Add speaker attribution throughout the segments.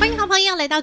Speaker 1: 欢迎好朋友来到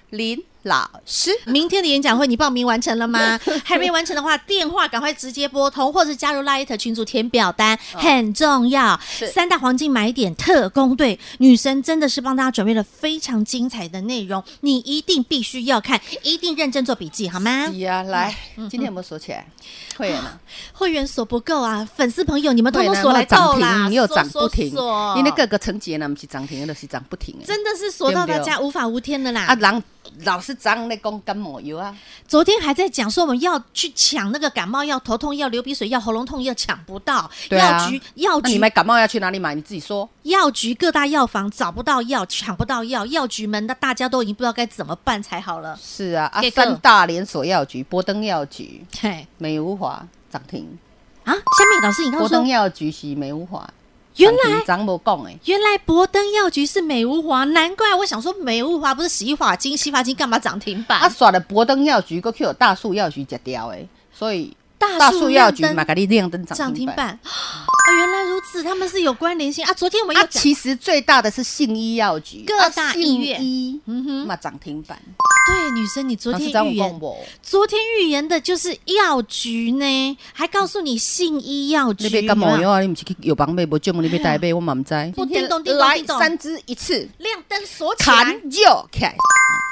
Speaker 2: 林老师。
Speaker 1: 明天的演讲会你报名完成了 吗？还没完成的话，电话赶快直接拨通，或是加入 Light 群组填表 单，很重要。
Speaker 2: 哦是
Speaker 1: 三大黄金买点特工队，女神真的是帮大家准备了非常精彩的内容，你一定必须要看，一定认真做笔记好吗？
Speaker 2: 哎呀，来，嗯今天有没有锁起来？会员呢？
Speaker 1: 会员锁不够啊，粉丝朋友你们通通
Speaker 2: 会员
Speaker 1: 锁来
Speaker 2: 有涨
Speaker 1: 到啦，
Speaker 2: 停，你又
Speaker 1: 锁
Speaker 2: 涨
Speaker 1: 锁
Speaker 2: 不停
Speaker 1: 锁，
Speaker 2: 你那各个层级呢，不是涨停，就是涨不停的。
Speaker 1: 真的是锁到大家无法无天了啦！
Speaker 2: 啊，人老是涨那讲感冒药啊，
Speaker 1: 昨天还在讲说我们要去抢那个感冒药、头痛药、流鼻水药、喉咙痛药，抢不到。
Speaker 2: 对啊
Speaker 1: 药局药
Speaker 2: 那你
Speaker 1: 局
Speaker 2: 买感冒药去哪里买？你自己说。
Speaker 1: 药局各大药房找不到药，抢不到药，药局们那大家都已经不知道该怎么办才好了。
Speaker 2: 是啊，啊
Speaker 1: 这，个
Speaker 2: 三大连锁药局、博登药局、
Speaker 1: 嘿
Speaker 2: 美无华涨停。
Speaker 1: 啊，下面老师你刚
Speaker 2: 国
Speaker 1: 刚
Speaker 2: 东
Speaker 1: 说，
Speaker 2: 药局是美无华，
Speaker 1: 原来
Speaker 2: 张无讲诶，
Speaker 1: 原来博登药局是美无华，难怪我想说美无华不是洗发精，洗发精干嘛涨停板？
Speaker 2: 啊耍了博登药局，搁去有大树药局食掉诶，所以
Speaker 1: 大树
Speaker 2: 药局
Speaker 1: 亮灯
Speaker 2: 嘛，给你亮灯
Speaker 1: 涨
Speaker 2: 涨
Speaker 1: 停
Speaker 2: 停板。
Speaker 1: 板啊，原来如此，他们是有关联性啊。昨天我们
Speaker 2: 啊
Speaker 1: 又，讲，
Speaker 2: 其实最大的是信医药局，
Speaker 1: 各
Speaker 2: 啊
Speaker 1: 大
Speaker 2: 信
Speaker 1: 医院
Speaker 2: 医
Speaker 1: 嗯哼，
Speaker 2: 嘛涨停板，
Speaker 1: 对，女生你昨
Speaker 2: 老
Speaker 1: 天
Speaker 2: 师张
Speaker 1: 预
Speaker 2: 武
Speaker 1: 言
Speaker 2: 讲。无，
Speaker 1: 昨天预言的就是药局呢，还告诉你信医药局
Speaker 2: 你别感冒
Speaker 1: 有没有
Speaker 2: 药啊，你唔是去药房买，无证明 你别带买，我嘛唔知。
Speaker 1: 我叮咚叮咚
Speaker 2: 来
Speaker 1: 叮咚
Speaker 2: 三支一次，
Speaker 1: 亮灯锁起
Speaker 2: 砍
Speaker 1: 来，
Speaker 2: 就砍。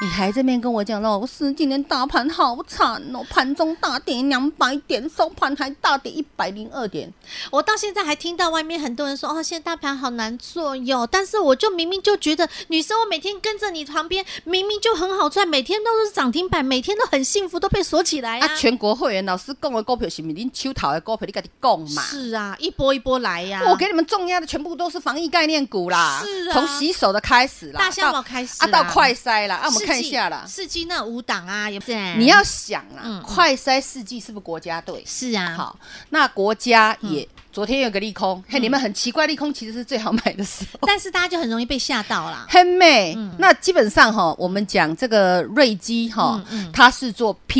Speaker 2: 你还这边跟我讲了，是今年大盘好惨哦，盘中大跌两百点，收盘还大跌一百零二点。
Speaker 1: 我到现在还听到外面很多人说哦，现在大盘好难做哟。但是我就明明就觉得，女生我每天跟着你旁边，明明就很好赚，每天都是涨停板，每天都很幸福，都被锁起来啊。
Speaker 2: 啊，全国会员老师讲的股票是不是恁手头的股票？你家己讲嘛。
Speaker 1: 是啊，一波一波来啊呀、
Speaker 2: 我给你们重压的全部都是防疫概念股啦，
Speaker 1: 是啊
Speaker 2: 从洗手的开始啦，
Speaker 1: 大象宝
Speaker 2: 到
Speaker 1: 开始
Speaker 2: 啊到快
Speaker 1: 啊，
Speaker 2: 筛啦，啊我们
Speaker 1: 世纪
Speaker 2: 看一下啦。
Speaker 1: 世纪那五档啊，也不是
Speaker 2: 你要想
Speaker 1: 嗯
Speaker 2: 啦，快筛试剂是不是国家队？
Speaker 1: 是啊，嗯
Speaker 2: 好，那国家也昨天有个利空，嘿，你们很奇怪，利空其实是最好买的时候。
Speaker 1: 但是大家就很容易被吓到啦。
Speaker 2: 很美。那基本上哈，我们讲这个瑞基哈
Speaker 1: 嗯嗯，
Speaker 2: 它是做
Speaker 1: PCR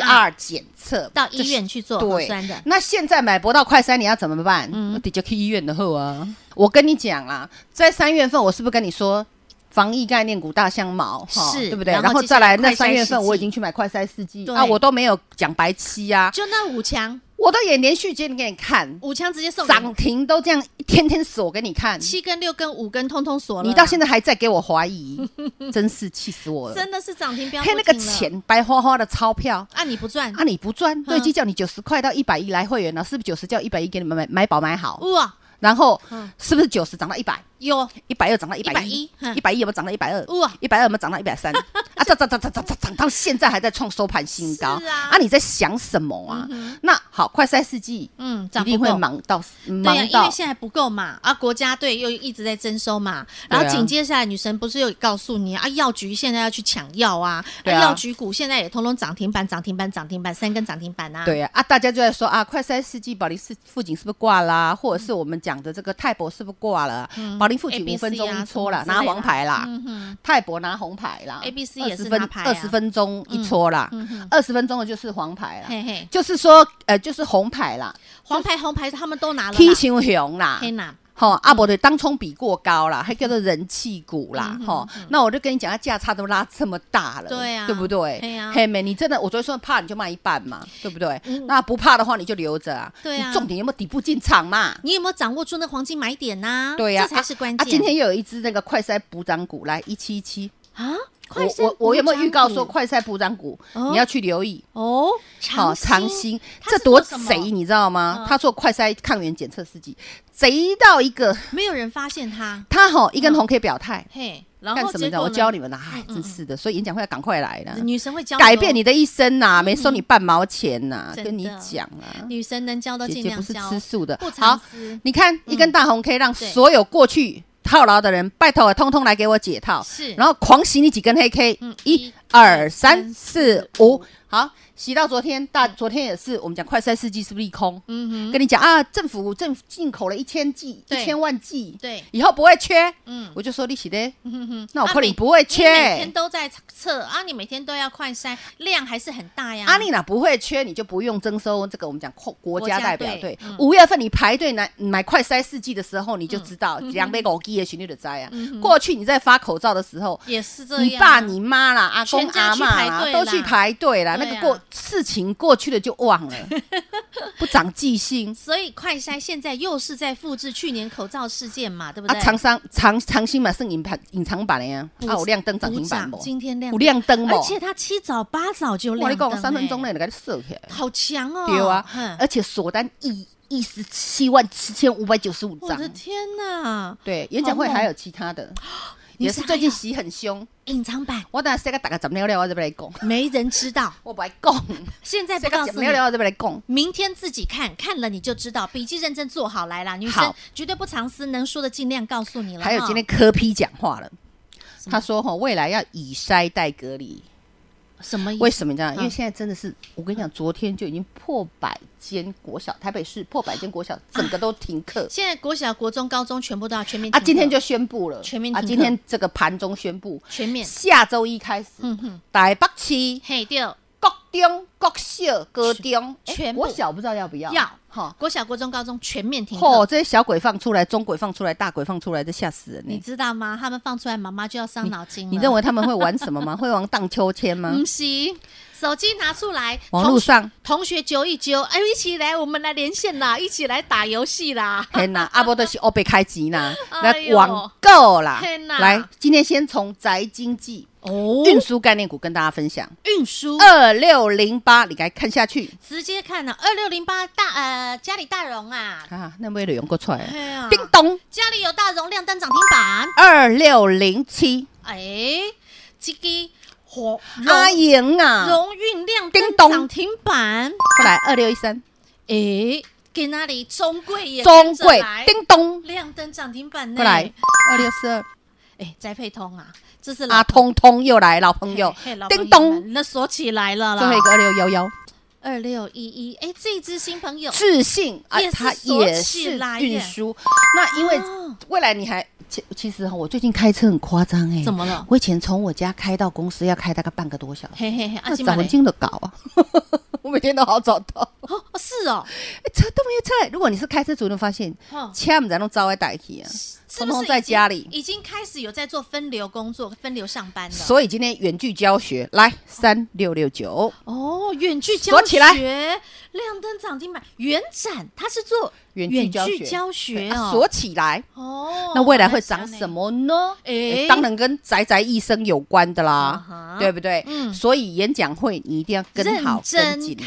Speaker 2: PCR 检测，
Speaker 1: 到
Speaker 2: 就
Speaker 1: 医
Speaker 2: 是
Speaker 1: 院去做核
Speaker 2: 对
Speaker 1: 酸的，，
Speaker 2: 那现在买不到快筛，你要怎么办？
Speaker 1: 嗯
Speaker 2: 我直接去医院的后啊！我跟你讲啦，在三月份，我是不是跟你说？防疫概念股大象毛，哈
Speaker 1: 是
Speaker 2: 对不对？
Speaker 1: 然后
Speaker 2: 然后
Speaker 1: 接下
Speaker 2: 再
Speaker 1: 来
Speaker 2: 来那
Speaker 1: 快筛
Speaker 2: 三月
Speaker 1: 试
Speaker 2: 份，
Speaker 1: 剂
Speaker 2: 我已经去买快筛试剂
Speaker 1: 对
Speaker 2: 啊，我都没有讲白期啊，
Speaker 1: 就那五强，
Speaker 2: 我都也连续接给你看，
Speaker 1: 五强直接送
Speaker 2: 涨
Speaker 1: 你
Speaker 2: 停都这样一天天锁给你看，
Speaker 1: 七根、六根、五根，通通锁了啦。
Speaker 2: 你到现在还在给我怀疑， 真是气死我了！
Speaker 1: 真的是涨停标，
Speaker 2: 嘿，那个，钱白花花的钞票
Speaker 1: 啊，你不赚
Speaker 2: 啊，你不赚，对
Speaker 1: 嗯
Speaker 2: 机叫你九十块到一百一来会员了，是不是九十叫一百一给你们买买保买好？
Speaker 1: 哇，
Speaker 2: 然后
Speaker 1: 嗯
Speaker 2: 是不是九十涨到一百，
Speaker 1: 有
Speaker 2: 一百二涨到一百
Speaker 1: 110
Speaker 2: 一
Speaker 1: 嗯，
Speaker 2: 一百一有没有涨到一百二
Speaker 1: 哇？
Speaker 2: 一百二有没有涨到一百三？ 啊，涨涨涨涨涨涨涨到现在还在创收盘新高
Speaker 1: 是啊
Speaker 2: 你在想什么啊？那好，快筛试剂
Speaker 1: 嗯，涨
Speaker 2: 一
Speaker 1: 不
Speaker 2: 定会
Speaker 1: 够
Speaker 2: 忙到
Speaker 1: 对呀、啊
Speaker 2: 忙
Speaker 1: 因为
Speaker 2: 到，
Speaker 1: 现在不够嘛，啊，国家队又一直在征收嘛，然后
Speaker 2: 对啊
Speaker 1: 紧接下来女神不是又告诉你啊，药局现在要去抢药啊，
Speaker 2: 对啊
Speaker 1: 药局股现在也通通涨停板、涨停板、涨停板，三根涨停板啊，，
Speaker 2: 对呀啊，大家就在说啊，快筛试剂保利是附近是不是挂啦？
Speaker 1: 嗯
Speaker 2: 或者是我们讲的这个泰博是不是挂了？啊保利附近
Speaker 1: ABC
Speaker 2: 五分钟
Speaker 1: 啊
Speaker 2: 一
Speaker 1: 什么
Speaker 2: 搓啦，
Speaker 1: 之类
Speaker 2: 拿
Speaker 1: 的
Speaker 2: 黄牌啦。
Speaker 1: 嗯哼，
Speaker 2: 泰博拿红牌啦
Speaker 1: ABC
Speaker 2: 20
Speaker 1: 也是
Speaker 2: 分
Speaker 1: 拿牌啊
Speaker 2: 二十分钟一搓啦
Speaker 1: 嗯哼，
Speaker 2: 二十、分钟的就是黄牌啦，
Speaker 1: 嘿嘿，
Speaker 2: 就是说呃就是红牌啦，
Speaker 1: 黄牌、红牌他们都拿了啦，
Speaker 2: 踢球熊啦，
Speaker 1: 天哪，
Speaker 2: 吼啊不对，当冲比过高啦，还叫做人气股啦
Speaker 1: 嗯，哼
Speaker 2: 吼、那我就跟你讲，它价差都拉这么大了，
Speaker 1: 对啊
Speaker 2: 对不对？
Speaker 1: 嘿啊
Speaker 2: 嘿妹，你真的，我昨天说怕你就卖一半嘛，对不对？
Speaker 1: 嗯
Speaker 2: 那不怕的话你就留着啊，
Speaker 1: 对啊
Speaker 2: 你重点有没有底部进场嘛？
Speaker 1: 你有没有掌握住那黄金买点呐、
Speaker 2: 对呀、啊，
Speaker 1: 这才是关
Speaker 2: 啊
Speaker 1: 键。
Speaker 2: 今天又有一只那个快筛补涨股，来一七一七
Speaker 1: 啊，快
Speaker 2: 我我我有没有预告
Speaker 1: 部
Speaker 2: 说
Speaker 1: 长股
Speaker 2: 快赛部长股、
Speaker 1: 哦
Speaker 2: 你要去留意？
Speaker 1: 哦，
Speaker 2: 好，长
Speaker 1: 长
Speaker 2: 兴
Speaker 1: 他
Speaker 2: 这
Speaker 1: 是
Speaker 2: 多
Speaker 1: 做什么
Speaker 2: 贼，你知道吗？
Speaker 1: 嗯
Speaker 2: 他做快筛抗原检测试剂，贼到一个，
Speaker 1: 没有人发现他，
Speaker 2: 他吼一根红 K 表态，
Speaker 1: 嘿，嗯然
Speaker 2: 干
Speaker 1: 后
Speaker 2: 什么
Speaker 1: 结
Speaker 2: 的？
Speaker 1: 果
Speaker 2: 我
Speaker 1: 呢
Speaker 2: 教你们啦，哎
Speaker 1: 嗯，嗯
Speaker 2: 真是的，所以演讲会要赶快来了，
Speaker 1: 女神会教的哦嗯
Speaker 2: 改变你的一生呐，没收你半毛钱呐，
Speaker 1: 真
Speaker 2: 跟你
Speaker 1: 的
Speaker 2: 讲啊，
Speaker 1: 女神能教的
Speaker 2: 姐
Speaker 1: 尽
Speaker 2: 姐不
Speaker 1: 量
Speaker 2: 是
Speaker 1: 教，
Speaker 2: 吃素的
Speaker 1: 不，藏
Speaker 2: 好，
Speaker 1: 私，
Speaker 2: 你看一根
Speaker 1: 嗯
Speaker 2: 大红 K 让
Speaker 1: 对
Speaker 2: 所有过去套牢的人，拜托通通来给我解套，
Speaker 1: 是
Speaker 2: 然后狂洗你几根黑 K，
Speaker 1: 嗯
Speaker 2: 一
Speaker 1: 一、
Speaker 2: 二、
Speaker 1: 二
Speaker 2: 三、
Speaker 1: 三
Speaker 2: 四
Speaker 1: 四、
Speaker 2: 五
Speaker 1: 五，
Speaker 2: 好，洗到昨天，大昨天也是我们讲快筛试剂是不是利空？
Speaker 1: 嗯哼，
Speaker 2: 跟你讲啊，政府政府进口了一千剂、
Speaker 1: 对
Speaker 2: 一千万剂，
Speaker 1: 对，
Speaker 2: 以后不会缺。
Speaker 1: 嗯，
Speaker 2: 我就说利息的，
Speaker 1: 嗯哼哼
Speaker 2: 那我
Speaker 1: 啊
Speaker 2: 可能
Speaker 1: 每
Speaker 2: 不会
Speaker 1: 你每
Speaker 2: 缺
Speaker 1: 天。都在测啊，你每天都要快筛，量还是很大呀，
Speaker 2: 阿丽娜不会缺，啊你就不用征收这个我们讲国国家
Speaker 1: 国家
Speaker 2: 代表
Speaker 1: 队
Speaker 2: 队
Speaker 1: 嗯。
Speaker 2: 五月份你排队买买快筛试剂的时候，你就知道
Speaker 1: 嗯
Speaker 2: 两杯枸杞的旋律的灾啊。过去你在发口罩的时候，
Speaker 1: 也是这样啊，
Speaker 2: 你爸、你妈啦、阿公
Speaker 1: 全家
Speaker 2: 阿
Speaker 1: 去
Speaker 2: 妈
Speaker 1: 排
Speaker 2: 啦，
Speaker 1: 队
Speaker 2: 都
Speaker 1: 啦
Speaker 2: 去排队啦。那
Speaker 1: 对啊
Speaker 2: 个过事情过去了就 忘了，不长记性
Speaker 1: 所以快筛现在又是在复制去年口罩事件嘛，对不
Speaker 2: 啊。
Speaker 1: 对？
Speaker 2: 长商长长兴嘛，是隐盘隐藏版的呀。
Speaker 1: 补
Speaker 2: 啊，有亮灯涨
Speaker 1: 补
Speaker 2: 停板不？
Speaker 1: 今天亮
Speaker 2: 有，亮灯不？
Speaker 1: 而且它七早八早就
Speaker 2: 我
Speaker 1: 亮
Speaker 2: 跟你
Speaker 1: 灯欸，
Speaker 2: 讲，三分钟内就给你射起来，
Speaker 1: 好强哦，
Speaker 2: 对啊
Speaker 1: 哼，
Speaker 2: 而且锁单一一十七万七千五百九十五
Speaker 1: 我
Speaker 2: 张
Speaker 1: 的，天哪，
Speaker 2: 对，演讲会还有其他的，
Speaker 1: 哦
Speaker 2: 也是最近洗很凶，
Speaker 1: 隐藏版
Speaker 2: 我等下塞个打个怎么了，我再来讲，
Speaker 1: 没人知道，
Speaker 2: 我不来讲，
Speaker 1: 现 在
Speaker 2: 塞
Speaker 1: 哎不
Speaker 2: 个
Speaker 1: 告
Speaker 2: 怎
Speaker 1: 诉
Speaker 2: 么
Speaker 1: 你。
Speaker 2: 了，我再来讲。
Speaker 1: 明天自己看看了你就知道，笔记认真做好来啦，女生
Speaker 2: 好
Speaker 1: 绝对不藏私，能说的尽量告诉你了。
Speaker 2: 还有今天
Speaker 1: 哈
Speaker 2: 柯批讲话了，
Speaker 1: 么
Speaker 2: 他说哈，未来要以筛代隔离，
Speaker 1: 什么意思？
Speaker 2: 为什么这样？
Speaker 1: 嗯
Speaker 2: 因为现在真的是，我跟你讲，昨天就已经破百间国小，台北市破百间国小，整个都停课。
Speaker 1: 现在国小、国中、高中全部都要全面
Speaker 2: 啊，
Speaker 1: 哎停课
Speaker 2: 今天就宣布了，
Speaker 1: 全面
Speaker 2: 啊，
Speaker 1: 停课
Speaker 2: 今天这个盘中宣布，
Speaker 1: 全面，
Speaker 2: 下周一开始，
Speaker 1: 嗯哼，
Speaker 2: 台北市
Speaker 1: 嘿掉
Speaker 2: 各中、各小、高中，
Speaker 1: 全
Speaker 2: 诶
Speaker 1: 全部
Speaker 2: 国小不知道要不要？
Speaker 1: 要
Speaker 2: 哈。
Speaker 1: 国小、国中、高中全面停
Speaker 2: 嚯，
Speaker 1: 课，
Speaker 2: 这些小鬼放出来，中鬼放出来，大鬼放出来，这吓死人
Speaker 1: 你
Speaker 2: 呢！
Speaker 1: 知道吗？他们放出来，妈妈就要伤脑筋了。
Speaker 2: 你认为他们会玩什么吗？会玩荡秋千吗？
Speaker 1: 不行？手机拿出来，
Speaker 2: 网络上
Speaker 1: 同学同学揪一揪，哎，一起来，我们来连线啦，一起来打游戏啦。
Speaker 2: 天 呐，阿波都是欧贝开机啦，
Speaker 1: 哎
Speaker 2: 来
Speaker 1: 呦
Speaker 2: 网购啦
Speaker 1: 天，哪
Speaker 2: 来，今天先从宅经济
Speaker 1: 哦
Speaker 2: 运输概念股跟大家分享。
Speaker 1: 运输
Speaker 2: 二六零八，你该看下去
Speaker 1: 呃直接看了二六零八大呃家里大荣啊，
Speaker 2: 啊，那位有过出来了，
Speaker 1: 哎呀
Speaker 2: 叮咚，
Speaker 1: 家里有大容量灯涨停板，
Speaker 2: 二六零七，
Speaker 1: 哎，这个火
Speaker 2: 阿
Speaker 1: 容
Speaker 2: 莹啊，
Speaker 1: 容运量
Speaker 2: 叮
Speaker 1: 灯
Speaker 2: 咚
Speaker 1: 涨停板，
Speaker 2: 过来二六一三，
Speaker 1: 哎，给那里中贵也
Speaker 2: 中
Speaker 1: 跟着
Speaker 2: 贵，
Speaker 1: 来嗯
Speaker 2: 叮咚，
Speaker 1: 亮灯涨停板呢，
Speaker 2: 过来二六四二，
Speaker 1: 哎，宅配通啊，这是
Speaker 2: 阿
Speaker 1: 老
Speaker 2: 通通又来，老朋友
Speaker 1: 嘿嘿老，朋友
Speaker 2: 叮咚，
Speaker 1: 们，那锁起来了啦，
Speaker 2: 最后一个二六幺幺，
Speaker 1: 二六一一，哎，这只新朋友
Speaker 2: 智信啊
Speaker 1: 也，是
Speaker 2: 它
Speaker 1: 锁
Speaker 2: 也
Speaker 1: 起
Speaker 2: 是
Speaker 1: 来耶
Speaker 2: 运输，那因为
Speaker 1: 哦
Speaker 2: 未来你还其其实哈，我最近开车很夸张哎，
Speaker 1: 怎么了？
Speaker 2: 我以前从我家开到公司要开大概半个多小时，
Speaker 1: 嘿嘿嘿，阿
Speaker 2: 那
Speaker 1: 金马
Speaker 2: 早
Speaker 1: 嘞，
Speaker 2: 进的搞 啊，我每天都好早到，
Speaker 1: 哦是哦，
Speaker 2: 哎车都没有车。如果你是开车族，你会发现
Speaker 1: 哦
Speaker 2: 车不然都招外代替啊，
Speaker 1: 是
Speaker 2: 通
Speaker 1: 不是
Speaker 2: 通在家里。
Speaker 1: 已经开始有在做分流工作、分流上班了。
Speaker 2: 所以今天远距教学来三六六九，
Speaker 1: 哦，远距教
Speaker 2: 锁起来
Speaker 1: 学，亮灯涨停板，远展它是做
Speaker 2: 远距教学
Speaker 1: 教学
Speaker 2: 对啊
Speaker 1: 哦，
Speaker 2: 锁起来。
Speaker 1: 哦，
Speaker 2: 那未来会长什
Speaker 1: 么？
Speaker 2: 么呢？
Speaker 1: 哎
Speaker 2: 当然跟宅宅一生有关的
Speaker 1: 啊
Speaker 2: 啦
Speaker 1: 哈，
Speaker 2: 对不对？
Speaker 1: 嗯
Speaker 2: 所以演讲会你一定要跟好
Speaker 1: 认真
Speaker 2: 跟紧来。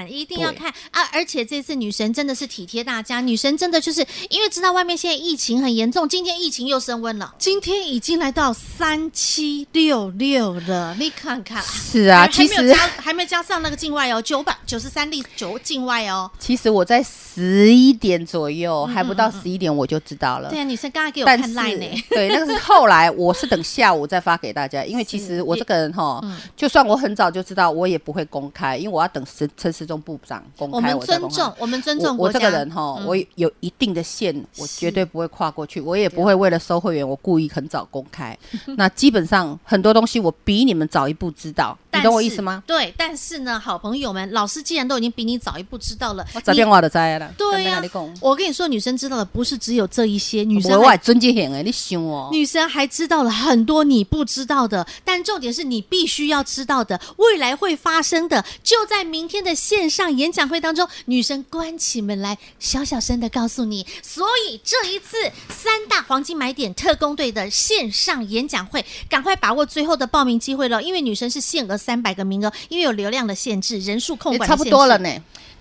Speaker 1: 看，一定要看啊！而且这次女神真的是体贴大家，女神真的就是因为知道外面现在疫情很严重，今天疫情又升温了，今天已经来到三七六六了，你看看。
Speaker 2: 是啊，
Speaker 1: 还
Speaker 2: 其
Speaker 1: 还没
Speaker 2: 实
Speaker 1: 有加还没有加上那个境外哦，九百九十三例九境外哦。
Speaker 2: 其实我在十一点左右，还不到十一点我就知道
Speaker 1: 嗯
Speaker 2: 了
Speaker 1: 对。啊，女生刚才给我
Speaker 2: 但
Speaker 1: 看
Speaker 2: 是
Speaker 1: line 呢，
Speaker 2: 对，那个是后来，我是等下午再发给大家，因为其实我这个人哈，
Speaker 1: 嗯
Speaker 2: 就算我很早就知道，我也不会公开，因为我要等陈陈时中部长公
Speaker 1: 我
Speaker 2: 开，
Speaker 1: 们
Speaker 2: 我再
Speaker 1: 尊
Speaker 2: 公开
Speaker 1: 重，我们尊
Speaker 2: 我
Speaker 1: 重
Speaker 2: 我
Speaker 1: 国
Speaker 2: 这
Speaker 1: 家。
Speaker 2: 个人哈，
Speaker 1: 嗯
Speaker 2: 我有一定的线，我绝
Speaker 1: 是
Speaker 2: 对不会跨过去，我也不会为了收 会员，我故意很早公开。那基本上很多东西我比你们早一步知道，
Speaker 1: 但
Speaker 2: 懂我意
Speaker 1: 是
Speaker 2: 思吗？
Speaker 1: 对，但是呢，好朋友们，老师既然都已经比你早一步知道了，
Speaker 2: 我早
Speaker 1: 你
Speaker 2: 点我就知啦。
Speaker 1: 对
Speaker 2: 呀、
Speaker 1: 呀、
Speaker 2: 你讲，
Speaker 1: 我跟你说，女生知道的不是只有这一些，女
Speaker 2: 我
Speaker 1: 生
Speaker 2: 我
Speaker 1: 还
Speaker 2: 也尊敬型诶，你想哦，
Speaker 1: 女生还知道了很多你不知道的，但重点是你必须要知道的，未来会发生的，就在明天的线上演讲会当中，女生关起门来，小小声的告诉你。所以这一次三大黄金买点特工队的线上演讲会，赶快把握最后的报名机会了，因为女生是限额三百个名额，因为有流量的限制、人数控
Speaker 2: 也
Speaker 1: 管
Speaker 2: 差
Speaker 1: 的
Speaker 2: 不
Speaker 1: 限
Speaker 2: 多
Speaker 1: 制
Speaker 2: 了呢。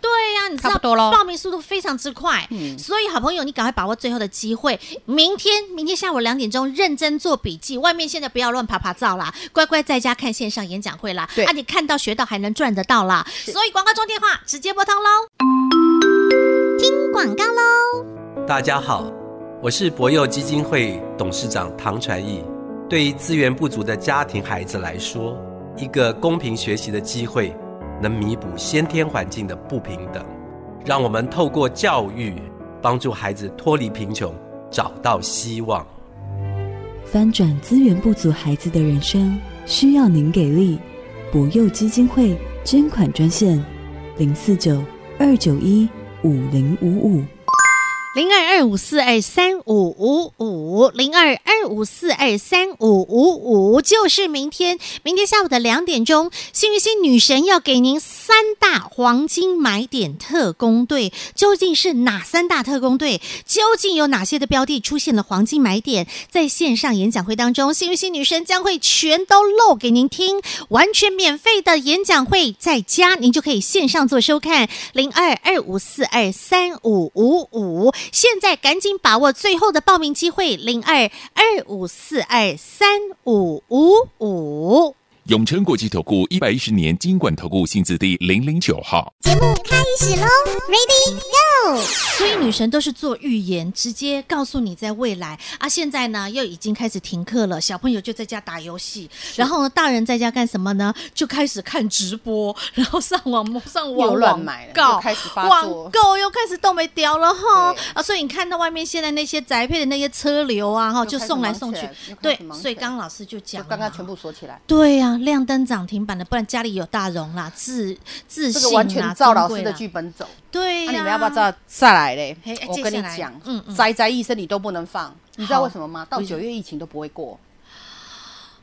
Speaker 1: 对呀、你知
Speaker 2: 差
Speaker 1: 道
Speaker 2: 不多咯
Speaker 1: 报名速度非常之快，
Speaker 2: 嗯
Speaker 1: 所以好朋友，你赶快把握最后的机会。明天，明天下午两点钟认真做笔记。外面现在不要乱爬爬照啦，乖乖在家看线上演讲会啦。
Speaker 2: 对
Speaker 1: 啊，你看到学到还能赚得到啦。所以广告中电话直接拨通喽，听广告喽。
Speaker 3: 大家好，我是博幼基金会董事长唐传义。对于资源不足的家庭孩子来说，一个公平学习的机会，能弥补先天环境的不平等。让我们透过教育，帮助孩子脱离贫穷，找到希望。
Speaker 4: 翻转资源不足孩子的人生，需要您给力。博幼基金会捐款专线：零四九二九一五零五五。
Speaker 1: 零二二五四二三五五五，零二二五四二三五五五，就是明天，明天下午的两点钟，幸运星女神要给您三大黄金买点特工队，究竟是哪三大特工队？究竟有哪些的标的出现了黄金买点？在线上演讲会当中，幸运星女神将会全都露给您听，完全免费的演讲会，在家您就可以线上做收看，零二二五四二三五五五。现在赶紧把握最后的报名机会，零二二五四二三五五五。
Speaker 5: 永诚国际投顾一百一十年金管投顾性质第零零九号，
Speaker 1: 所以女神都是做预言，直接告诉你在未来啊。现在呢，又已经开始停课了，小朋友就在家打游戏，然后呢，大人在家干什么呢？就开始看直播，然后上网上
Speaker 2: 又
Speaker 1: 网
Speaker 2: 乱买
Speaker 1: 网
Speaker 2: 了
Speaker 1: 告
Speaker 2: 又开始发作
Speaker 1: 网购又开始动没掉了哈
Speaker 2: 对
Speaker 1: 啊！所以你看到外面现在那些宅配的那些车流啊哈，
Speaker 2: 又
Speaker 1: 就
Speaker 2: 开始
Speaker 1: 送来
Speaker 2: 忙起
Speaker 1: 送去
Speaker 2: 来又，开
Speaker 1: 对
Speaker 2: 始，忙
Speaker 1: 所以
Speaker 2: 起来
Speaker 1: 刚刚老师就
Speaker 2: 就
Speaker 1: 讲了嘛，
Speaker 2: 刚刚全部锁起来，
Speaker 1: 对呀、亮灯涨停板的，不然家里有大荣啦，自自
Speaker 2: 这
Speaker 1: 信
Speaker 2: 个
Speaker 1: 啦，
Speaker 2: 完全照老
Speaker 1: 尊
Speaker 2: 师
Speaker 1: 贵
Speaker 2: 的
Speaker 1: 啦
Speaker 2: 剧本走。
Speaker 1: 对
Speaker 2: 那、
Speaker 1: 呀、
Speaker 2: 啊你们要不要再再来嘞
Speaker 1: 嘿哎？
Speaker 2: 我
Speaker 1: 接
Speaker 2: 跟
Speaker 1: 下
Speaker 2: 你
Speaker 1: 来
Speaker 2: 讲
Speaker 1: 嗯嗯，
Speaker 2: 宅宅一生你都不能放，你知道
Speaker 1: 好
Speaker 2: 为什么吗？到
Speaker 1: 为什
Speaker 2: 九
Speaker 1: 么
Speaker 2: 月疫情都不会过，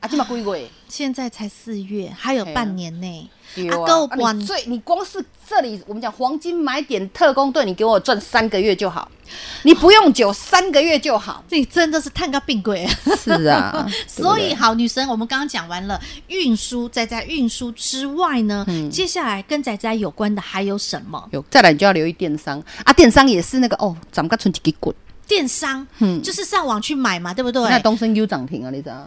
Speaker 2: 啊，这么贵贵。
Speaker 1: 现在才四月，还有
Speaker 2: 嘿啊
Speaker 1: 半年呢。
Speaker 2: 对
Speaker 1: 啊够
Speaker 2: 你
Speaker 1: 管。
Speaker 2: 最你光是这里，我们讲黄金买点特工队，你给我赚三个月就好，你不用久，三个月就好
Speaker 1: 这真的是探个病鬼，
Speaker 2: 是 啊
Speaker 1: 所以好女神，我们刚刚讲完了运输，在在运输之外呢，
Speaker 2: 嗯
Speaker 1: 接下来跟仔仔有关的还有什么？
Speaker 2: 有再来你就要留意电商啊，电商也是那个哦，涨个存几个滚，
Speaker 1: 电商，
Speaker 2: 嗯
Speaker 1: 就是上网去买嘛，对不对？
Speaker 2: 那东升 U 涨停啊，你知道？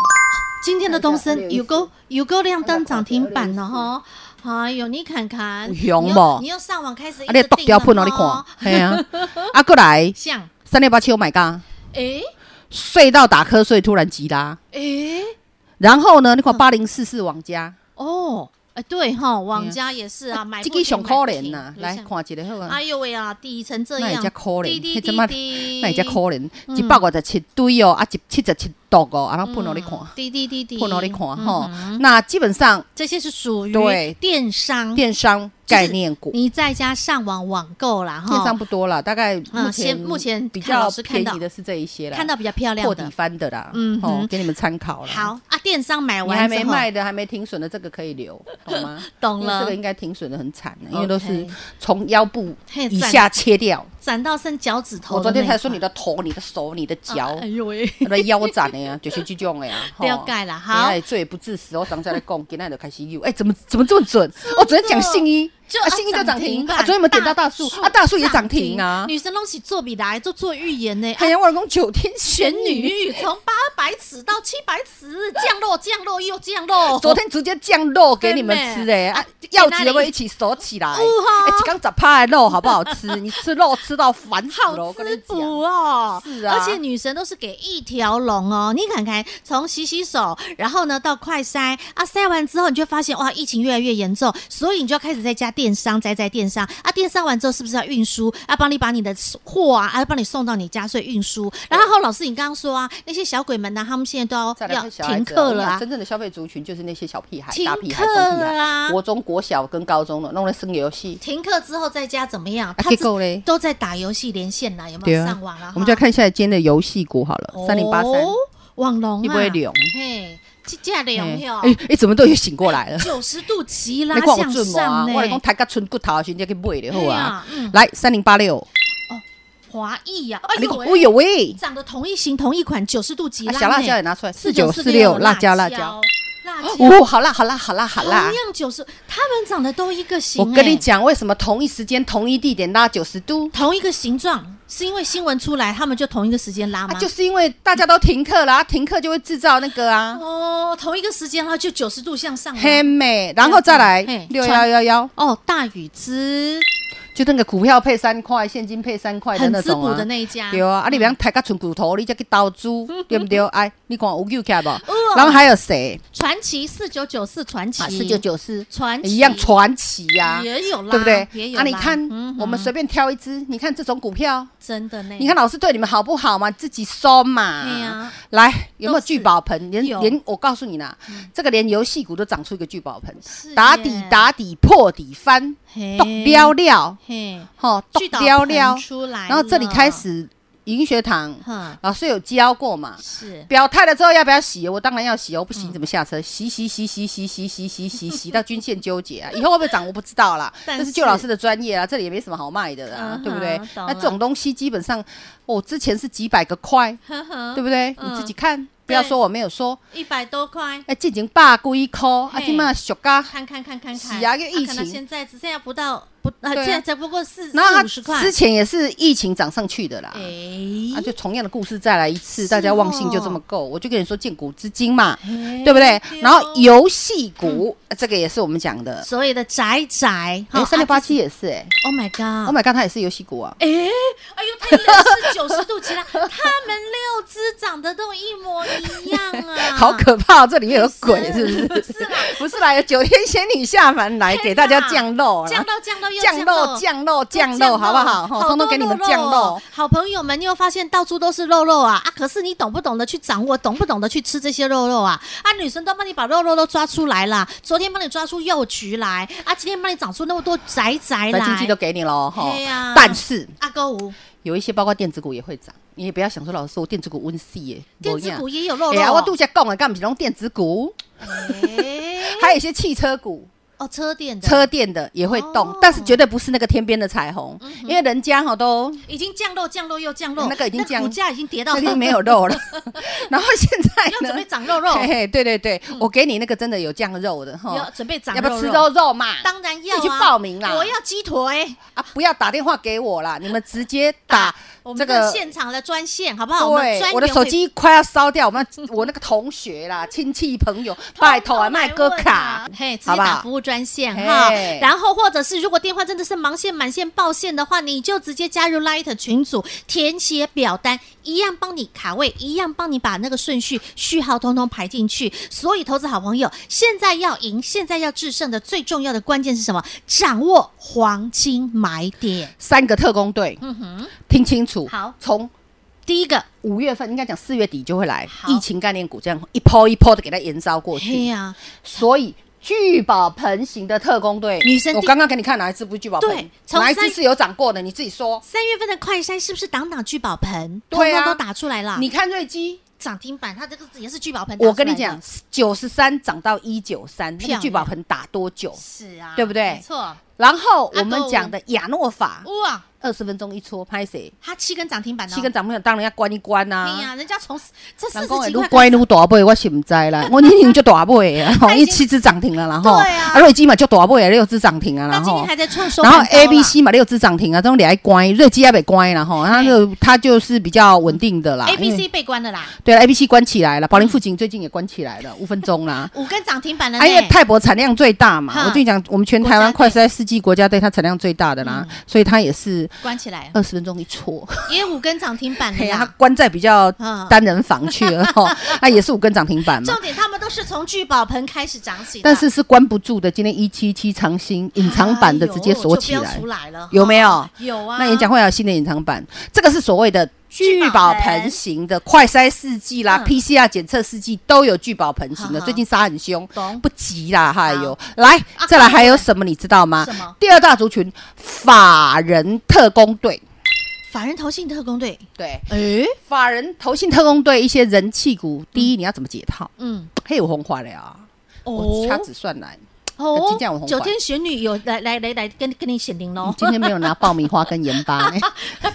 Speaker 1: 今天的东
Speaker 2: 看
Speaker 1: 森
Speaker 2: 一下
Speaker 1: 有够有够亮灯涨停板了
Speaker 2: 看一下
Speaker 1: 哈。哎呦，你看看，
Speaker 2: 有
Speaker 1: 你又
Speaker 2: 熊不
Speaker 1: 你又上网开始一
Speaker 2: 啊，你
Speaker 1: 直
Speaker 2: 剁
Speaker 1: 订
Speaker 2: 掉
Speaker 1: 了
Speaker 2: 喷哦，你
Speaker 1: 哈
Speaker 2: 看，，嘿啊，啊，过来
Speaker 1: 像，
Speaker 2: 三六八七，Oh my god，
Speaker 1: 诶
Speaker 2: 睡到打瞌睡，突然急拉，
Speaker 1: 诶，
Speaker 2: 然后呢，你
Speaker 1: 嗯
Speaker 2: 看八零四四网家，
Speaker 1: 哦，哎对哈，网家也是啊，买
Speaker 2: 这
Speaker 1: 不
Speaker 2: 个
Speaker 1: 停
Speaker 2: 上可怜呐，
Speaker 1: 买
Speaker 2: 来
Speaker 1: 不停
Speaker 2: 看一个好啊。
Speaker 1: 哎呦喂啊，低成这
Speaker 2: 那也
Speaker 1: 样，
Speaker 2: 才可
Speaker 1: 滴
Speaker 2: 怜，
Speaker 1: 滴滴
Speaker 2: 迄阵啊，
Speaker 1: 滴
Speaker 2: 那也才可怜，
Speaker 1: 嗯
Speaker 2: 一百五十七堆哦，啊，一七十七毒哦，啊，然后分互你看，
Speaker 1: 嗯滴滴滴滴，
Speaker 2: 分互你看吼
Speaker 1: 嗯哼。
Speaker 2: 那基本上
Speaker 1: 这些是属于
Speaker 2: 对
Speaker 1: 电商，
Speaker 2: 电商概念股，
Speaker 1: 你在家上网网购啦，
Speaker 2: 电商
Speaker 1: 哈，
Speaker 2: 不多了，大概目
Speaker 1: 嗯
Speaker 2: 前
Speaker 1: 先目前
Speaker 2: 比
Speaker 1: 看老
Speaker 2: 较
Speaker 1: 师看
Speaker 2: 便
Speaker 1: 到
Speaker 2: 宜的是这一些啦，
Speaker 1: 看到比较漂亮
Speaker 2: 破底
Speaker 1: 的，
Speaker 2: 翻的啦，
Speaker 1: 嗯
Speaker 2: 嗯，
Speaker 1: 哼
Speaker 2: 哦，给你们参考啦。，
Speaker 1: 好啊，电商买
Speaker 2: 你
Speaker 1: 完
Speaker 2: 还没
Speaker 1: 之后
Speaker 2: 卖的，还没停损的，这个可以留，好吗？
Speaker 1: 懂
Speaker 2: 因为这个
Speaker 1: 了
Speaker 2: 应。该停损的很惨的，
Speaker 1: OK
Speaker 2: 因为都是从腰部
Speaker 1: 嘿
Speaker 2: 以下切掉。
Speaker 1: 攒到剩脚趾头
Speaker 2: 我
Speaker 1: 的那
Speaker 2: 昨
Speaker 1: 一块。
Speaker 2: 天才说你的头、你的手、你的脚
Speaker 1: 啊，哎呦喂，
Speaker 2: 那腰斩的呀，就是这种 的呀。吼
Speaker 1: 了解啦好
Speaker 2: 今仔日罪不至死，我刚才在讲，今天就开始有。哎，怎么怎么这么准？我昨天讲信一，
Speaker 1: 就
Speaker 2: 啊
Speaker 1: 啊
Speaker 2: 信一就涨停，
Speaker 1: 吧
Speaker 2: 啊，昨天有没有点到大树啊？大树也涨停啊。哎
Speaker 1: 女生东西做笔来就做预言呢，啊
Speaker 2: 海洋外公九天
Speaker 1: 玄
Speaker 2: 玄女，
Speaker 1: 女从八百尺到七百尺，降落降落又降落。
Speaker 2: 昨天直接降肉给你们吃
Speaker 1: 真的
Speaker 2: 哎，啊
Speaker 1: 啊
Speaker 2: 药局要不要一起锁起来？
Speaker 1: 有哈
Speaker 2: 哎，刚咋拍肉好不好吃？你吃肉吃到烦死了，
Speaker 1: 好
Speaker 2: 我跟
Speaker 1: 滋
Speaker 2: 你
Speaker 1: 补
Speaker 2: 讲。
Speaker 1: 哦！
Speaker 2: 是啊
Speaker 1: 而且女神都是给一条龙哦。你看看，从洗洗手，然后呢到快筛啊，筛完之后你就会发现哇，疫情越来越严重，所以你就要开始在家电商栽在电商啊，电商完之后是不是要运输啊？帮你把你的货啊，啊帮你送到你家，所以运输。然后老师，你刚刚说啊，那些小鬼们呢、他们现在都
Speaker 2: 再
Speaker 1: 要
Speaker 2: 来
Speaker 1: 要
Speaker 2: 看小孩
Speaker 1: 停
Speaker 2: 子哦
Speaker 1: 课
Speaker 2: 我跟你
Speaker 1: 了
Speaker 2: 讲
Speaker 1: 啊，
Speaker 2: 真正的消费族群就是那些小屁孩、
Speaker 1: 停
Speaker 2: 大屁
Speaker 1: 课
Speaker 2: 孩、中屁
Speaker 1: 了啊
Speaker 2: 孩，国中、国小跟高中了，弄了生游戏。
Speaker 1: 停课之后在家怎么样？
Speaker 2: 啊
Speaker 1: 他
Speaker 2: 结
Speaker 1: 自
Speaker 2: 果嘞
Speaker 1: 都在打游戏连线啦，有没有
Speaker 2: 啊
Speaker 1: 上网啦？
Speaker 2: 我们就来
Speaker 1: 哈
Speaker 2: 看一下今天的游戏股好了，三零八三，
Speaker 1: 哦网龙啊，
Speaker 2: 一波两
Speaker 1: 嘿，这价两票，
Speaker 2: 哎哎，怎么都有醒过来了？
Speaker 1: 九十度急
Speaker 2: 你
Speaker 1: 拉
Speaker 2: 看我
Speaker 1: 向
Speaker 2: 准无啊
Speaker 1: 上？
Speaker 2: 我来讲，
Speaker 1: 呢。
Speaker 2: 抬个纯骨头，先叫去买就好
Speaker 1: 嘿
Speaker 2: 啊
Speaker 1: 啊嗯。
Speaker 2: 来，三零八六，
Speaker 1: 华裔呀，哎
Speaker 2: 你
Speaker 1: 呦
Speaker 2: 讲，
Speaker 1: 喂
Speaker 2: 哎呦喂，
Speaker 1: 长得同一型同一款，九十度急
Speaker 2: 啊
Speaker 1: 拉、
Speaker 2: 小辣椒也拿出来，四九四
Speaker 1: 4946
Speaker 2: 六，辣椒辣椒，，
Speaker 1: 辣椒，
Speaker 2: 哦，好辣好辣好辣好
Speaker 1: 同
Speaker 2: 辣
Speaker 1: 样。九十，他们长得都一个型、
Speaker 2: 我跟你
Speaker 1: 哎，
Speaker 2: 讲，为什么同一时间、同一地点拉九十度？
Speaker 1: 同一个形状，是因为新闻出来，他们就同一个时间拉吗？
Speaker 2: 啊，就是因为大家都停课了，啊停课就会制造那个啊，
Speaker 1: 哦，同一个时间，然后就九十度向上吗，
Speaker 2: 很美。然后再来
Speaker 1: 嗯嘿
Speaker 2: 六幺幺幺，
Speaker 1: 哦，大禹之
Speaker 2: 就那个股票配三块，现金配三块的
Speaker 1: 很
Speaker 2: 那
Speaker 1: 滋
Speaker 2: 种
Speaker 1: 补
Speaker 2: 啊
Speaker 1: 的。那一嗯家，
Speaker 2: 对啊，啊你别抬个纯骨头，你再去倒 猪，对不对？哎，你看有救起来不？
Speaker 1: 啊
Speaker 2: 然后还有谁？
Speaker 1: 传奇四九九四传奇
Speaker 2: 啊，四九九四
Speaker 1: 传奇
Speaker 2: 一样传奇呀，
Speaker 1: 也有啦，
Speaker 2: 对不对
Speaker 1: 也？有啦。
Speaker 2: 啊，你看
Speaker 1: 嗯哼
Speaker 2: 我们随便挑一只，你看这种股票，
Speaker 1: 真的呢，
Speaker 2: 你看啊老师对你们好不好嘛？自己收嘛。
Speaker 1: 对呀
Speaker 2: 来，有没
Speaker 1: 都
Speaker 2: 有
Speaker 1: 是
Speaker 2: 聚宝盆？连
Speaker 1: 有嗯
Speaker 2: 连我告诉你啦，这个连游戏股都长出一个聚宝盆
Speaker 1: 是，
Speaker 2: 打
Speaker 1: 耶
Speaker 2: 底打底破底翻，
Speaker 1: 嘿
Speaker 2: 剁撩料，
Speaker 1: 嘿，
Speaker 2: 吼，剁
Speaker 1: 巨导
Speaker 2: 撩料
Speaker 1: 盆，出来，
Speaker 2: 然后这里开，始银学堂
Speaker 1: 哼，
Speaker 2: 老师有教过嘛？
Speaker 1: 是
Speaker 2: 表态了之后要不要洗？我当然要洗哦，不洗你怎么下车？洗洗洗洗洗洗洗洗洗洗到均线纠结啊！以后会不会涨我不知道啦，
Speaker 1: 但
Speaker 2: 这是
Speaker 1: 是
Speaker 2: 就老师的专业啊，这里也没什么好卖的啦
Speaker 1: 嗯，哼
Speaker 2: 对不对？
Speaker 1: 懂
Speaker 2: 那这种东西基本上，我之前是几百个块，
Speaker 1: 呵呵，
Speaker 2: 对不对？
Speaker 1: 嗯
Speaker 2: 你自己看，不要说我没有说。
Speaker 1: 一百多块。
Speaker 2: 哎，进前百几块，啊，
Speaker 1: 嘿
Speaker 2: 今嘛俗噶，
Speaker 1: 看看看看看，
Speaker 2: 是啊因为疫
Speaker 1: 可能
Speaker 2: 情
Speaker 1: 现在只剩下不到不，呃，
Speaker 2: 对啊
Speaker 1: 现在才不过四
Speaker 2: 然后
Speaker 1: 四
Speaker 2: 它
Speaker 1: 五十块。
Speaker 2: 之前也是疫情涨上去的啦。
Speaker 1: 哎
Speaker 2: 啊，就同样的故事再来一次，
Speaker 1: 是哦
Speaker 2: 大家忘性就这么够。我就跟你说，见古至今嘛，对不
Speaker 1: 对
Speaker 2: 对？
Speaker 1: 哦
Speaker 2: 然后游戏股，啊这个也是我们讲的，
Speaker 1: 所有的宅宅，
Speaker 2: 哎，
Speaker 1: 好
Speaker 2: 三六八。
Speaker 1: 啊
Speaker 2: 七也是哎
Speaker 1: 这是 Oh my
Speaker 2: ，Oh
Speaker 1: god！
Speaker 2: my god，它也是游戏股啊。
Speaker 1: 哎，哎呦，他也是九十度其他，他们六只长得都一模一样啊，
Speaker 2: 好可怕！哦这里面有鬼是不是？
Speaker 1: 是啊啦，
Speaker 2: 不是啦，有九天仙女下凡来给大家降肉啦，
Speaker 1: 降肉降肉又
Speaker 2: 降肉
Speaker 1: 肉。
Speaker 2: 降肉降
Speaker 1: 都
Speaker 2: 肉，好不
Speaker 1: 好
Speaker 2: 好？吼
Speaker 1: 多
Speaker 2: 通通给你们
Speaker 1: 肉肉
Speaker 2: 降肉
Speaker 1: 哦。好朋友们，你有发现到处都是肉肉啊啊！可是你懂不懂得去掌握，懂不懂得去吃这些肉肉啊？啊，女生都帮你把肉肉都抓出来了，昨天帮你抓出幼菊来，啊，今天帮你长出那么多宅宅
Speaker 2: 宅
Speaker 1: 来，啊
Speaker 2: 经济都给你喽，哈
Speaker 1: 嘿呀。
Speaker 2: 但是
Speaker 1: 阿勾五
Speaker 2: 有一些包括电子股也会涨，你也不要想说老师我电子股温系耶，
Speaker 1: 电子股
Speaker 2: 没
Speaker 1: 也有肉肉
Speaker 2: 一样。哎呀，
Speaker 1: 哦，
Speaker 2: 我度假讲的干不是拢电子股，
Speaker 1: 哎
Speaker 2: 还有一些汽车股、
Speaker 1: 哦，车店的
Speaker 2: 车电的也会动
Speaker 1: 哦，嗯
Speaker 2: 但是绝对不是那个天边的彩虹，因为人家 哈都
Speaker 1: 已经降肉，降肉又降肉，
Speaker 2: 那个已经降
Speaker 1: 股价已经跌到
Speaker 2: 那个 没有肉了，然后现
Speaker 1: 要
Speaker 2: 在
Speaker 1: 准
Speaker 2: 呢
Speaker 1: 备？长肉肉，
Speaker 2: 嘿嘿，对对对，我给你那个真的有酱肉的哈，
Speaker 1: 要准备长
Speaker 2: 要
Speaker 1: 肉
Speaker 2: 不
Speaker 1: 肉，
Speaker 2: 要吃肉肉嘛？
Speaker 1: 当然要啊
Speaker 2: 自己去报名啦
Speaker 1: 我要鸡腿，
Speaker 2: 啊，不要打电话给我啦，你们直接打
Speaker 1: 我
Speaker 2: 这
Speaker 1: 们
Speaker 2: 个
Speaker 1: 的现场的专线好不好？们专
Speaker 2: 对，
Speaker 1: 员
Speaker 2: 我的手
Speaker 1: 会
Speaker 2: 机快要烧掉，我们 我那个同 学啦、亲戚朋友， 拜托啊，卖哥卡，
Speaker 1: 嘿，直
Speaker 2: 好
Speaker 1: 接
Speaker 2: 不
Speaker 1: 打
Speaker 2: 好
Speaker 1: 服？务专线
Speaker 2: 嘿
Speaker 1: 哈。然后或者是如果电话真的是忙线、满线、爆线的话，你就直接加入 Light 群组，填写表单，一样帮你卡位，一样帮你把那个顺序、序号通通排进去。所以，投资好朋友，现在要赢，现在要制胜的最重要的关键是什么？掌握黄金买点。
Speaker 2: 三个特工队，
Speaker 1: 嗯哼，
Speaker 2: 听清楚，
Speaker 1: 好
Speaker 2: 从
Speaker 1: 第一个，
Speaker 2: 五月份应该讲四月底就会来
Speaker 1: 好
Speaker 2: 疫情概念股，这样一波一波的给它延烧过
Speaker 1: 嘿
Speaker 2: 去，
Speaker 1: 呀、
Speaker 2: 所以。聚宝盆型的特工队，
Speaker 1: 女生
Speaker 2: 我
Speaker 1: 第
Speaker 2: 刚刚给你看哪一只不是聚宝盆
Speaker 1: 对，从
Speaker 2: 哪一只
Speaker 1: 三
Speaker 2: 是有涨过的，你自己说。
Speaker 1: 三月份的快筛是不是档档聚宝盆？
Speaker 2: 对啊
Speaker 1: 通通都打出来了。
Speaker 2: 你看瑞基，
Speaker 1: 涨停板，它这个也是聚宝盆。
Speaker 2: 我跟你讲，，九十三涨到一九三，那
Speaker 1: 漂
Speaker 2: 个
Speaker 1: 亮
Speaker 2: 聚宝盆打多久？
Speaker 1: 是啊，
Speaker 2: 对不对
Speaker 1: 没错，
Speaker 2: 然后我
Speaker 1: 啊
Speaker 2: 们讲的亚诺法，
Speaker 1: 哇，
Speaker 2: 二十分钟一搓，拍谁？
Speaker 1: 它七根涨停板哦，
Speaker 2: 七根涨不了，当然要关一关呐、
Speaker 1: 哎
Speaker 2: 啊。
Speaker 1: 呀，人家从这四
Speaker 2: 人
Speaker 1: 十
Speaker 2: 讲会
Speaker 1: 几
Speaker 2: 愈
Speaker 1: 块
Speaker 2: 乖愈大尾，我是唔知啦。我年龄就大尾啊，
Speaker 1: 已
Speaker 2: 吼，
Speaker 1: 经
Speaker 2: 因为七只涨停了啦，然后
Speaker 1: 对啊
Speaker 2: 瑞基嘛就大尾啊，六只涨停啊，
Speaker 1: 到
Speaker 2: 然
Speaker 1: 今
Speaker 2: 后
Speaker 1: 天还在创收
Speaker 2: 然
Speaker 1: 盘高
Speaker 2: 后
Speaker 1: 啦，
Speaker 2: A、B、C 嘛六只涨停啊，这种俩关，瑞基也被关啦，吼，它就它就是比较稳定的啦。
Speaker 1: A、B、
Speaker 2: 因
Speaker 1: C 嗯
Speaker 2: 为
Speaker 1: 被关了啦，
Speaker 2: 对了，A、B、C 关起来了，宝林附近最近也关起 来了，五分钟啦。啊
Speaker 1: 五根涨停板了呢，
Speaker 2: 哎呀，泰博产量最大嘛，
Speaker 1: 哈
Speaker 2: 我就讲我们全台湾快筛世纪国家队它产量最大的啦，
Speaker 1: 嗯
Speaker 2: 所以它也是
Speaker 1: 关起来，
Speaker 2: 二十分钟一撮。
Speaker 1: 也五根涨停板了
Speaker 2: 嘿 呀，他
Speaker 1: 呀。
Speaker 2: 关在比较
Speaker 1: 啊嗯
Speaker 2: 单人房去了 哈，那也是五根涨停板嘛
Speaker 1: 重。点他们都是从聚宝盆开始涨起的，
Speaker 2: 但是是关不住的，今天一七七长新隐藏版的
Speaker 1: 哎呦
Speaker 2: 直接锁起
Speaker 1: 就
Speaker 2: 来
Speaker 1: 标出，来了，
Speaker 2: 有没有
Speaker 1: 哦有啊。
Speaker 2: 那演讲会还有新的隐藏版，这个是所谓的聚宝盆型的快筛试剂
Speaker 1: 嗯
Speaker 2: 啦、PCR 检测试剂都有聚宝盆型
Speaker 1: 好
Speaker 2: 的，
Speaker 1: 好
Speaker 2: 最近杀很凶
Speaker 1: 懂，啊
Speaker 2: 不急啦，还有来再来还有什么你知道吗
Speaker 1: 什么？
Speaker 2: 第二大族群法人特工队，
Speaker 1: 法人投信特工队，
Speaker 2: 对，
Speaker 1: 哎，
Speaker 2: 法人投信特工队一些人气股，第一你要怎么解套？
Speaker 1: 嗯，
Speaker 2: 嘿，有红花了啊，我掐指算来，
Speaker 1: 哦
Speaker 2: 今天有红，
Speaker 1: 九
Speaker 2: 馆
Speaker 1: 天玄女有来来来来跟跟你显灵
Speaker 2: 你
Speaker 1: 喽，
Speaker 2: 今天没有拿爆米花跟盐巴呢。